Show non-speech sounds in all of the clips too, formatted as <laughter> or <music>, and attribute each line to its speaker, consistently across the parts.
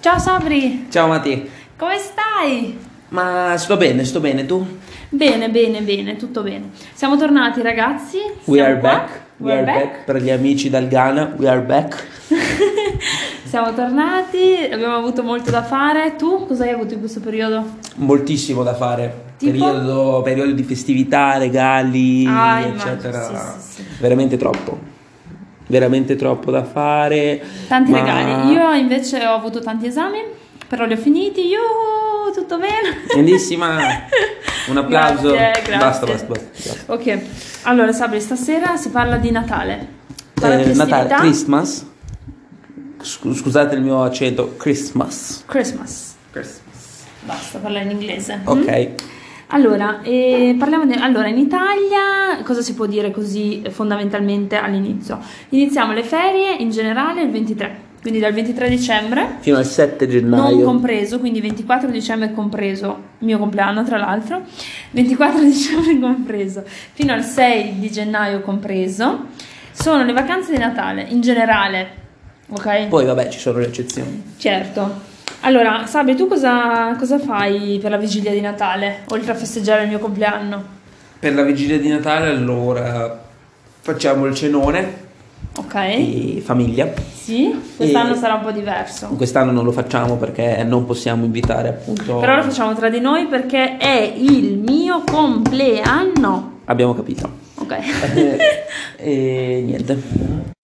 Speaker 1: Ciao Sabri,
Speaker 2: Ciao Matti,
Speaker 1: come stai?
Speaker 2: ma sto bene, sto bene, tu?
Speaker 1: Bene, bene, bene, tutto bene. Siamo tornati ragazzi.
Speaker 2: We
Speaker 1: siamo
Speaker 2: are
Speaker 1: qua.
Speaker 2: back, we are back, per gli amici dal Ghana, we are back.
Speaker 1: <laughs> Siamo tornati, abbiamo avuto molto da fare. Tu cosa hai avuto in questo periodo?
Speaker 2: Moltissimo da fare,
Speaker 1: Tipo?
Speaker 2: periodo, periodo di festività, regali,
Speaker 1: Ah, immagino,
Speaker 2: eccetera.
Speaker 1: sì, sì,
Speaker 2: Veramente troppo, veramente troppo da fare.
Speaker 1: Tanti
Speaker 2: ma-
Speaker 1: regali. Io invece ho avuto tanti esami, però li ho finiti. Io tutto bene. <laughs>
Speaker 2: Grandissima, un applauso.
Speaker 1: Grazie, grazie.
Speaker 2: Basta, basta, basta.
Speaker 1: Ok, allora Sabri, stasera si parla di Natale. Parla di
Speaker 2: Eh, Natale,
Speaker 1: festività.
Speaker 2: Christmas, Scu- scusate il mio accento, Christmas.
Speaker 1: Christmas.
Speaker 2: Christmas.
Speaker 1: Basta, parla in inglese. Mm?
Speaker 2: Ok.
Speaker 1: Allora, eh, parliamo di- allora, in Italia cosa si può dire così eh, fondamentalmente all'inizio? Iniziamo le ferie in generale il 23, quindi dal 23 dicembre,
Speaker 2: Fino al 7 gennaio.
Speaker 1: non compreso, quindi 24 dicembre compreso, mio compleanno tra l'altro, 24 <laughs> dicembre compreso, fino al 6 di gennaio compreso, sono le vacanze di Natale in generale, ok?
Speaker 2: Poi vabbè ci sono le eccezioni.
Speaker 1: Certo. Allora, Sabri, tu cosa, cosa fai per la vigilia di Natale, oltre a festeggiare il mio compleanno?
Speaker 2: Per la vigilia di Natale allora facciamo il cenone
Speaker 1: Ok,
Speaker 2: di famiglia.
Speaker 1: sì, quest'anno
Speaker 2: E-
Speaker 1: sarà un po' diverso.
Speaker 2: Quest'anno non lo facciamo perché non possiamo invitare appunto...
Speaker 1: Però lo facciamo tra di noi perché è il mio compleanno.
Speaker 2: Abbiamo
Speaker 1: <laughs>
Speaker 2: capito.
Speaker 1: Ok.
Speaker 2: Eh, e niente.
Speaker 1: <laughs>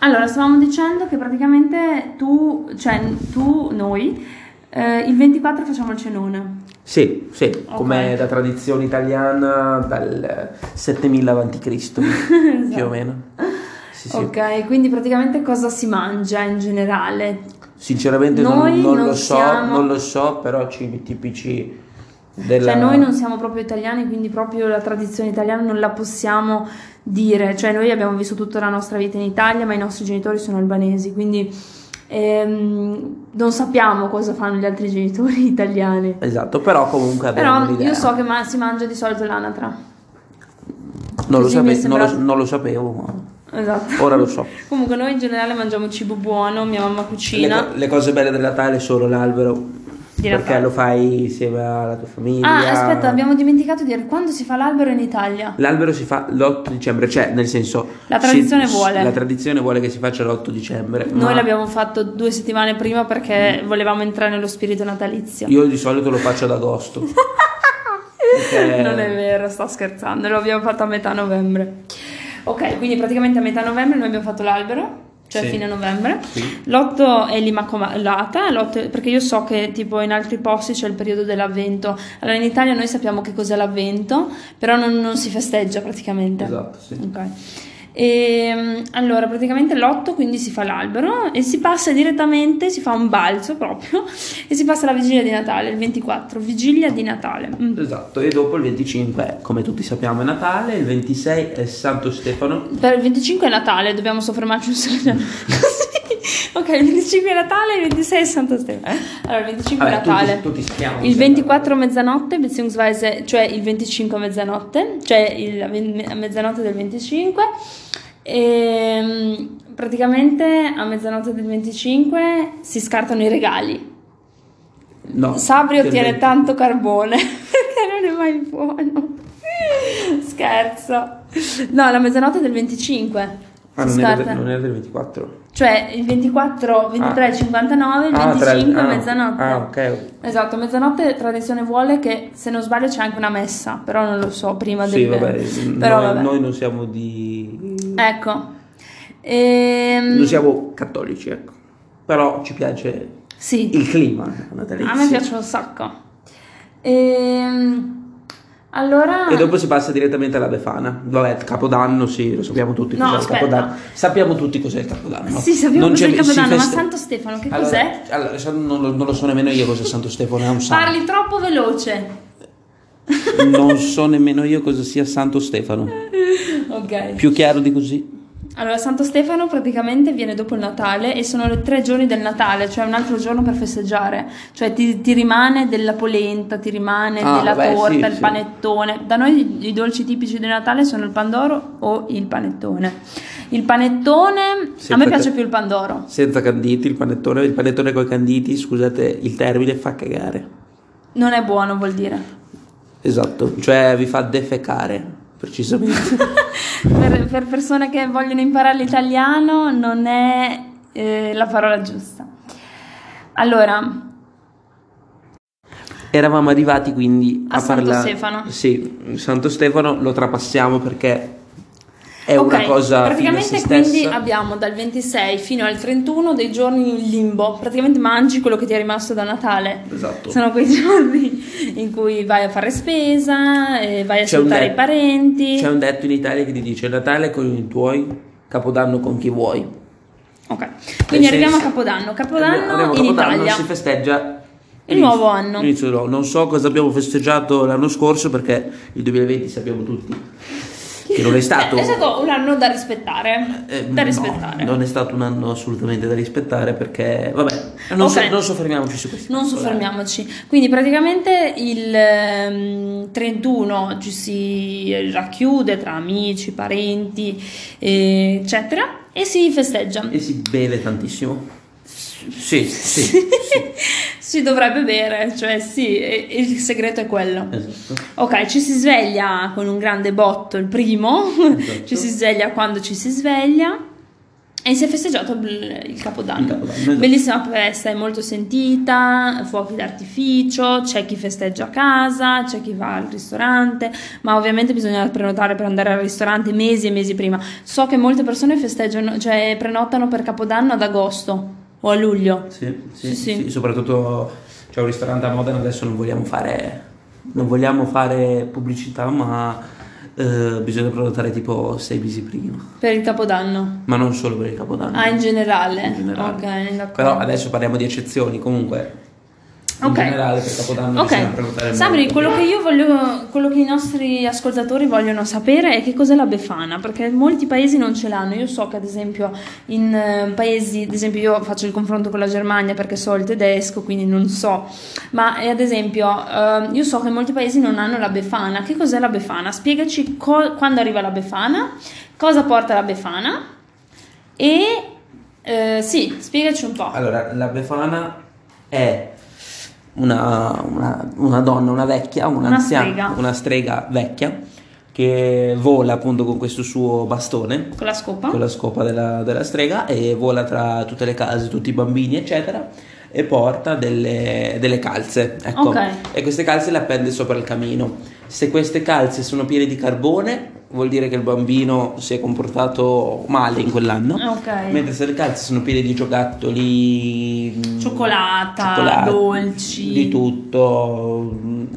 Speaker 1: Allora, stavamo dicendo che praticamente tu, cioè tu, noi, eh, il 24 facciamo il cenone.
Speaker 2: Sì, sì, come
Speaker 1: Ok.
Speaker 2: da tradizione italiana dal 7000 a.C.
Speaker 1: <laughs>
Speaker 2: più o meno. Sì, sì.
Speaker 1: Ok, quindi praticamente cosa si mangia in generale?
Speaker 2: Sinceramente non-
Speaker 1: Noi
Speaker 2: non,
Speaker 1: non
Speaker 2: lo so,
Speaker 1: siamo-
Speaker 2: non lo so, però cibi tipici della...
Speaker 1: Cioè, noi non siamo proprio italiani, quindi proprio la tradizione italiana non la possiamo dire. Cioè, noi abbiamo vissuto tutta la nostra vita in Italia, ma i nostri genitori sono albanesi, quindi ehm, non sappiamo cosa fanno gli altri genitori <laughs> italiani.
Speaker 2: Esatto, però comunque abbiamo
Speaker 1: Però
Speaker 2: un'idea.
Speaker 1: io so che ma- si mangia di solito l'anatra.
Speaker 2: Non lo,
Speaker 1: Così mi è
Speaker 2: sape- non, lo,
Speaker 1: sembrato-
Speaker 2: non lo sapevo, ma
Speaker 1: Esatto.
Speaker 2: ora lo so.
Speaker 1: Comunque noi in generale mangiamo cibo buono, mia mamma
Speaker 2: Le,
Speaker 1: cucina.
Speaker 2: co- le cose belle del Natale sono l'albero. perché
Speaker 1: Natale.
Speaker 2: lo fai insieme alla tua famiglia.
Speaker 1: Ah, aspetta, abbiamo dimenticato di dire quando si fa l'albero in Italia.
Speaker 2: L'albero si fa l'8 dicembre, cioè nel senso.
Speaker 1: La tradizione
Speaker 2: si-
Speaker 1: vuole.
Speaker 2: La tradizione vuole che si faccia l'8 dicembre. ma
Speaker 1: Noi l'abbiamo fatto due settimane prima perché volevamo entrare nello spirito natalizio.
Speaker 2: Io di solito lo faccio ad agosto. Perché-
Speaker 1: Non è vero, sto scherzando, lo abbiamo fatto a metà novembre. Ok, quindi praticamente a metà novembre noi abbiamo fatto l'albero, cioè
Speaker 2: Sì.
Speaker 1: fine novembre.
Speaker 2: Sì.
Speaker 1: L'8 è l'Immacolata, l'8 perché io so che tipo in altri posti c'è il periodo dell'avvento. Allora in Italia noi sappiamo che cos'è l'avvento, però non, non si festeggia praticamente.
Speaker 2: Esatto, sì.
Speaker 1: Ok. E, allora, praticamente l'8 quindi si fa l'albero e si passa direttamente, si fa un balzo proprio e si passa la vigilia di Natale, il 24, vigilia di Natale. Mm.
Speaker 2: Esatto, e dopo il 25, come tutti sappiamo, è Natale, il 26 è Santo Stefano.
Speaker 1: Per il 25 è Natale, dobbiamo soffermarci un <laughs> secondo. Così. ok, il 25 è Natale, il 26 è Santo Stefano. Allora, il 25 è
Speaker 2: Vabbè,
Speaker 1: Natale.
Speaker 2: tutti, tutti sappiamo.
Speaker 1: Il 24 a mezzanotte, beziehungsweise, cioè il 25 a mezzanotte, cioè il, a mezzanotte del 25. E, praticamente a mezzanotte del 25 si scartano i regali.
Speaker 2: No,
Speaker 1: Sabri
Speaker 2: del
Speaker 1: ottiene
Speaker 2: 20.
Speaker 1: tanto carbone <laughs> perché non è mai buono. Scherzo. No, la mezzanotte del 25.
Speaker 2: Ah,
Speaker 1: si
Speaker 2: non era,
Speaker 1: scarta.
Speaker 2: del, non era del 24.
Speaker 1: Cioè il 24, 23,
Speaker 2: Ah.
Speaker 1: 59, il
Speaker 2: Ah, tra-
Speaker 1: 25
Speaker 2: ah,
Speaker 1: mezzanotte.
Speaker 2: Ah, ok.
Speaker 1: Esatto, mezzanotte tradizione vuole che se non sbaglio c'è anche una messa, però non lo so prima
Speaker 2: Sì,
Speaker 1: del
Speaker 2: vabbè,
Speaker 1: però
Speaker 2: noi,
Speaker 1: vabbè.
Speaker 2: noi non siamo di...
Speaker 1: Ecco. Ehm,
Speaker 2: Non siamo cattolici, ecco. Però ci piace
Speaker 1: Sì.
Speaker 2: il clima natalizio.
Speaker 1: A me piace un sacco. Ehm, allora
Speaker 2: E dopo si passa direttamente alla Befana. Vabbè, Capodanno, sì, lo sappiamo tutti
Speaker 1: No,
Speaker 2: cos'è
Speaker 1: aspetta.
Speaker 2: il Capodanno. Sappiamo tutti cos'è il Capodanno.
Speaker 1: Sì, sappiamo
Speaker 2: Non
Speaker 1: cos'è
Speaker 2: c'è-
Speaker 1: il
Speaker 2: si
Speaker 1: Capodanno, ma
Speaker 2: feste-
Speaker 1: Santo Stefano che
Speaker 2: Allora,
Speaker 1: cos'è?
Speaker 2: allora, sa- non, lo, non lo so nemmeno io cos'è Santo Stefano, è un santo.
Speaker 1: Parli troppo veloce. <laughs>
Speaker 2: Non so nemmeno io cosa sia Santo Stefano.
Speaker 1: Ok.
Speaker 2: Più chiaro di così.
Speaker 1: Allora, Santo Stefano praticamente viene dopo il Natale e sono le tre giorni del Natale, cioè un altro giorno per festeggiare. Cioè ti, ti rimane della polenta, ti rimane
Speaker 2: Ah,
Speaker 1: della
Speaker 2: vabbè,
Speaker 1: torta,
Speaker 2: sì,
Speaker 1: il
Speaker 2: sì.
Speaker 1: panettone. Da noi i, i dolci tipici del Natale sono il pandoro o il panettone. Il panettone,
Speaker 2: Sì,
Speaker 1: a me
Speaker 2: perché-
Speaker 1: piace più il pandoro.
Speaker 2: Senza canditi, il panettone, il panettone con i canditi, scusate il termine, fa cagare.
Speaker 1: Non è buono, vuol
Speaker 2: <laughs>
Speaker 1: dire.
Speaker 2: Esatto, cioè vi fa defecare,
Speaker 1: <laughs>
Speaker 2: precisamente.
Speaker 1: Per, per persone che vogliono imparare l'italiano non è eh, la parola giusta. Allora,
Speaker 2: Eravamo arrivati quindi
Speaker 1: A
Speaker 2: a,
Speaker 1: Santo
Speaker 2: parlare.
Speaker 1: Stefano.
Speaker 2: Sì, Santo Stefano lo trapassiamo perché è
Speaker 1: Ok,
Speaker 2: una cosa fine a
Speaker 1: praticamente
Speaker 2: se
Speaker 1: quindi
Speaker 2: stessa.
Speaker 1: abbiamo dal 26 fino al 31 dei giorni in limbo praticamente mangi quello che ti è rimasto da Natale
Speaker 2: Esatto.
Speaker 1: sono quei <laughs> giorni in cui vai a fare spesa eh, vai a
Speaker 2: C'è un
Speaker 1: salutare
Speaker 2: de-
Speaker 1: i parenti
Speaker 2: C'è un detto in Italia che ti dice Natale con i tuoi, Capodanno con chi vuoi.
Speaker 1: ok quindi
Speaker 2: Nel
Speaker 1: arriviamo a
Speaker 2: senso-
Speaker 1: Capodanno Capodanno
Speaker 2: Arriviamo a
Speaker 1: in
Speaker 2: Capodanno,
Speaker 1: Italia
Speaker 2: si festeggia
Speaker 1: Il nuovo anno.
Speaker 2: l'inizio dell'anno. non so cosa abbiamo festeggiato l'anno scorso perché il 2020 sappiamo tutti che non è stato
Speaker 1: Beh, Eh, è stato un anno da rispettare
Speaker 2: eh,
Speaker 1: da
Speaker 2: no,
Speaker 1: rispettare
Speaker 2: non è stato un anno assolutamente da rispettare perché vabbè non,
Speaker 1: Ok.
Speaker 2: so- non soffermiamoci su questo
Speaker 1: Non soffermiamoci. Quindi praticamente il ehm, 31 ci si racchiude tra amici, parenti, eh, eccetera, e si festeggia.
Speaker 2: e si beve tantissimo sì
Speaker 1: <laughs>
Speaker 2: sì
Speaker 1: si dovrebbe bere, cioè sì, e- e il segreto è quello.
Speaker 2: esatto
Speaker 1: Ok, ci si sveglia con un grande botto il primo,
Speaker 2: Esatto.
Speaker 1: ci si sveglia quando ci si sveglia e si è festeggiato il, il Capodanno.
Speaker 2: Il Capodanno, esatto.
Speaker 1: Bellissima festa, è molto sentita, fuochi d'artificio, c'è chi festeggia a casa, c'è chi va al ristorante, ma ovviamente bisogna prenotare per andare al ristorante mesi e mesi prima. So che molte persone festeggiano, cioè prenotano per Capodanno ad agosto o a luglio.
Speaker 2: Sì, sì,
Speaker 1: Sì, sì.
Speaker 2: sì, soprattutto c'è un ristorante a Modena, adesso non vogliamo fare, non vogliamo fare pubblicità, ma eh, bisogna prenotare tipo sei mesi prima,
Speaker 1: Per il Capodanno.
Speaker 2: ma non solo per il Capodanno.
Speaker 1: Ah, in generale.
Speaker 2: in generale.
Speaker 1: Ok, d'accordo.
Speaker 2: Però adesso parliamo di eccezioni, comunque in
Speaker 1: Ok.
Speaker 2: generale per Capodanno bisogna prenotare
Speaker 1: Ok, Sabri,
Speaker 2: molto.
Speaker 1: quello che io voglio, quello che i nostri ascoltatori vogliono sapere è che cos'è la Befana, perché molti paesi non ce l'hanno. Io so che ad esempio in eh, paesi, ad esempio io faccio il confronto con la Germania perché so il tedesco, quindi non so, ma eh, ad esempio eh, io so che molti paesi non hanno la Befana. Che cos'è la Befana? Spiegaci co- quando arriva la Befana, cosa porta la Befana e eh, sì, spiegaci un po'.
Speaker 2: Allora, la Befana è una, una- una donna, una vecchia,
Speaker 1: Una
Speaker 2: un'anziana,
Speaker 1: strega.
Speaker 2: una strega vecchia che vola appunto con questo suo bastone.
Speaker 1: Con la scopa?
Speaker 2: con la scopa della, della strega e vola tra tutte le case, tutti i bambini, eccetera, e porta delle, delle calze. Ecco.
Speaker 1: Ok.
Speaker 2: E queste calze le appende sopra il camino. Se queste calze sono piene di carbone, vuol dire che il bambino si è comportato male in quell'anno.
Speaker 1: Ok.
Speaker 2: Mentre se le calze sono piene di giocattoli, mh,
Speaker 1: Cioccolata, dolci.
Speaker 2: di tutto, mm, mh,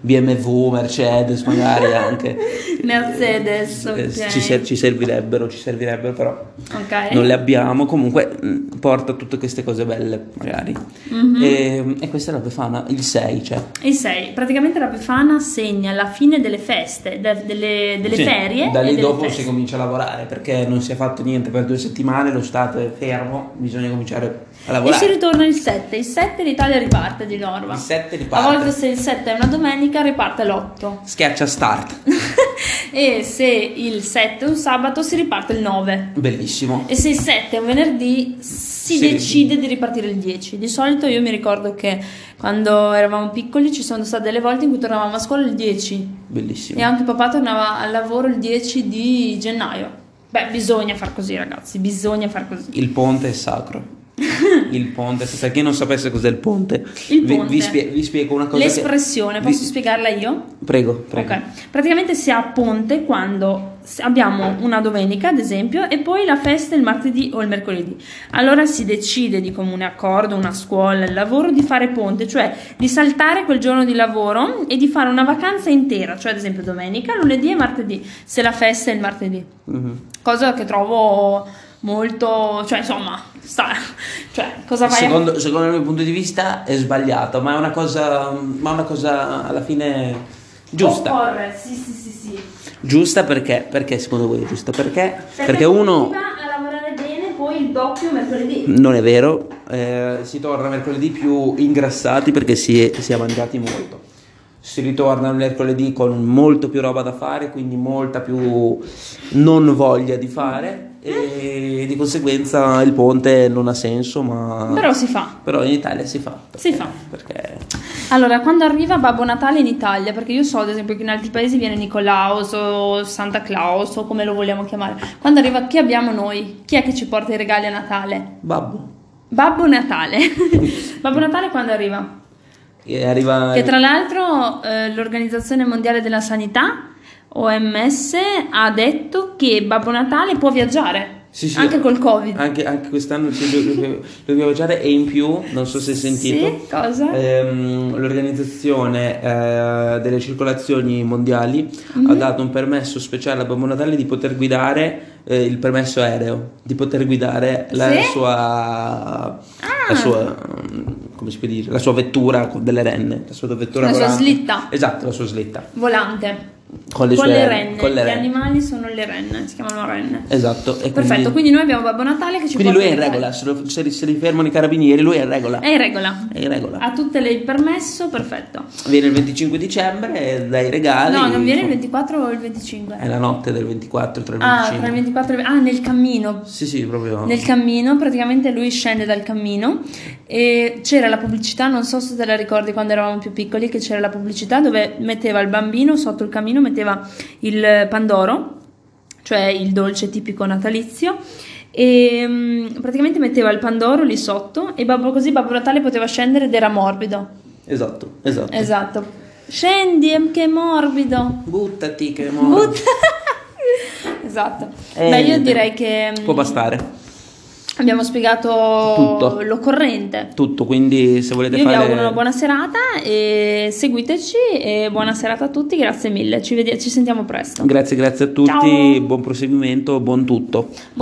Speaker 2: BMW, Mercedes magari anche.
Speaker 1: Mercedes,
Speaker 2: Eh,
Speaker 1: ok. Eh.
Speaker 2: ci, ser- ci servirebbero, ci servirebbero però
Speaker 1: Ok.
Speaker 2: non le abbiamo. Comunque mh, porta tutte queste cose belle magari. Ehm,
Speaker 1: Mhm.
Speaker 2: E, e questa è la Befana, il 6 cioè.
Speaker 1: Il 6, praticamente la Befana segna la fine delle feste, de- delle, delle
Speaker 2: Sì,
Speaker 1: ferie.
Speaker 2: Da
Speaker 1: e
Speaker 2: lì
Speaker 1: delle
Speaker 2: dopo
Speaker 1: feste.
Speaker 2: si comincia a lavorare perché non si è fatto niente per due settimane, lo Stato è fermo, bisogna comiare a
Speaker 1: E si
Speaker 2: lavorare.
Speaker 1: ritorna il 7. Il 7 l'Italia riparte di norma.
Speaker 2: Il 7 riparte.
Speaker 1: A volte se il 7 è una domenica riparte
Speaker 2: <laughs>
Speaker 1: l'8.
Speaker 2: Schiaccia start.
Speaker 1: e se il 7 è un sabato si riparte il 9.
Speaker 2: Bellissimo.
Speaker 1: E se il 7 è un venerdì si
Speaker 2: Sì.
Speaker 1: decide di ripartire il 10. Di solito io mi ricordo che quando eravamo piccoli ci sono state delle volte in cui tornavamo a scuola il 10.
Speaker 2: Bellissimo.
Speaker 1: E anche papà tornava al lavoro il 10 di gennaio. Beh, bisogna far così, ragazzi, bisogna far così.
Speaker 2: Il ponte
Speaker 1: <laughs>
Speaker 2: è sacro. Il ponte, per chi non sapesse cos'è il ponte,
Speaker 1: Il
Speaker 2: vi-
Speaker 1: ponte.
Speaker 2: Vi, spie- vi spiego una cosa. che-
Speaker 1: L'espressione,
Speaker 2: vi-
Speaker 1: posso spiegarla io?
Speaker 2: Prego, prego.
Speaker 1: Ok. Praticamente si ha ponte quando s- abbiamo una domenica, ad esempio, e poi la festa il martedì o il mercoledì. Allora si decide di comune accordo, una scuola, il lavoro, di fare ponte, cioè di saltare quel giorno di lavoro e di fare una vacanza intera, cioè ad esempio domenica, lunedì e martedì, se la festa è il martedì.
Speaker 2: Mhm.
Speaker 1: cosa che trovo molto cioè insomma sta, cioè cosa vai a
Speaker 2: Secondo, secondo il mio punto di vista è sbagliato, ma è una cosa, ma è una cosa alla fine giusta.
Speaker 1: Oh, opporre sì sì sì sì
Speaker 2: Giusta perché? Perché secondo voi è giusta? Perché? Perché
Speaker 1: si
Speaker 2: uno
Speaker 1: va a lavorare bene poi il doppio mercoledì.
Speaker 2: non è vero, eh, si torna mercoledì più ingrassati perché si è, si è mangiati molto. Si ritorna mercoledì con molto più roba da fare, quindi molta più non voglia di fare e di conseguenza il ponte non ha senso, ma
Speaker 1: Però si fa.
Speaker 2: però in Italia si fa.
Speaker 1: Si fa.
Speaker 2: Perché
Speaker 1: Allora, quando arriva Babbo Natale in Italia, perché io so ad esempio che in altri paesi viene Nicolaus o Santa Claus o come lo vogliamo chiamare, quando arriva chi abbiamo noi? Chi è che ci porta i regali a Natale?
Speaker 2: babbo
Speaker 1: Babbo Natale. <laughs> Babbo Natale quando arriva?
Speaker 2: e arriva
Speaker 1: Che tra l'altro eh, l'Organizzazione Mondiale della Sanità, OMS, ha detto che Babbo Natale può viaggiare,
Speaker 2: Sì, sì.
Speaker 1: anche col Covid.
Speaker 2: Anche, anche quest'anno ci do- dobbiamo dobbiamo viaggiare e in più, non so se hai sentito,
Speaker 1: Sì, cosa?
Speaker 2: ehm, l'organizzazione eh, delle circolazioni mondiali ha
Speaker 1: Mm-hmm.
Speaker 2: dato un permesso speciale a Babbo Natale di poter guidare eh, il permesso aereo, di poter guidare la
Speaker 1: Sì?
Speaker 2: sua...
Speaker 1: Ah.
Speaker 2: La sua mm, come si può dire? La sua vettura con delle renne, la sua vettura
Speaker 1: La sua
Speaker 2: volante.
Speaker 1: slitta.
Speaker 2: Esatto, la sua slitta.
Speaker 1: Volante.
Speaker 2: Con le,
Speaker 1: con
Speaker 2: sue
Speaker 1: le renne.
Speaker 2: Con le
Speaker 1: Gli
Speaker 2: renne.
Speaker 1: animali sono le renne, si chiamano renne.
Speaker 2: Esatto. e
Speaker 1: Perfetto, quindi noi abbiamo Babbo Natale che ci
Speaker 2: Quindi
Speaker 1: porta
Speaker 2: lui è in
Speaker 1: i regali.
Speaker 2: regola, se, lo- se li- se li fermano i carabinieri lui è in regola.
Speaker 1: È in regola.
Speaker 2: È in regola.
Speaker 1: Ha tutte le il permesso, perfetto.
Speaker 2: Viene il 25 dicembre, eh, dai regali.
Speaker 1: no, non viene il
Speaker 2: insomma.
Speaker 1: 24 o il 25.
Speaker 2: È la notte del 24 tra Eh, il
Speaker 1: ah,
Speaker 2: 25.
Speaker 1: tra il 24 e il Ah, nel cammino.
Speaker 2: Sì, sì, proprio.
Speaker 1: Nel cammino, praticamente lui scende dal cammino e c'era la pubblicità, non so se te la ricordi quando eravamo più piccoli, che c'era la pubblicità dove metteva il bambino sotto il cammino, metteva il pandoro, cioè il dolce tipico natalizio, e mm, praticamente metteva il pandoro lì sotto e Babbo- così Babbo Natale poteva scendere ed era morbido.
Speaker 2: Esatto, esatto.
Speaker 1: Esatto. Scendi, em, che morbido.
Speaker 2: Buttati che
Speaker 1: But-
Speaker 2: moro.
Speaker 1: <laughs> esatto.
Speaker 2: Eh,
Speaker 1: Beh, io
Speaker 2: niente.
Speaker 1: direi che... mm,
Speaker 2: Può bastare.
Speaker 1: Abbiamo spiegato
Speaker 2: Tutto.
Speaker 1: l'occorrente.
Speaker 2: Tutto, quindi se volete
Speaker 1: Io vi
Speaker 2: fare...
Speaker 1: auguro una buona serata e seguiteci e buona serata a tutti, grazie mille, ci, vediamo, ci sentiamo presto.
Speaker 2: Grazie, grazie a tutti,
Speaker 1: Ciao.
Speaker 2: buon proseguimento, buon tutto.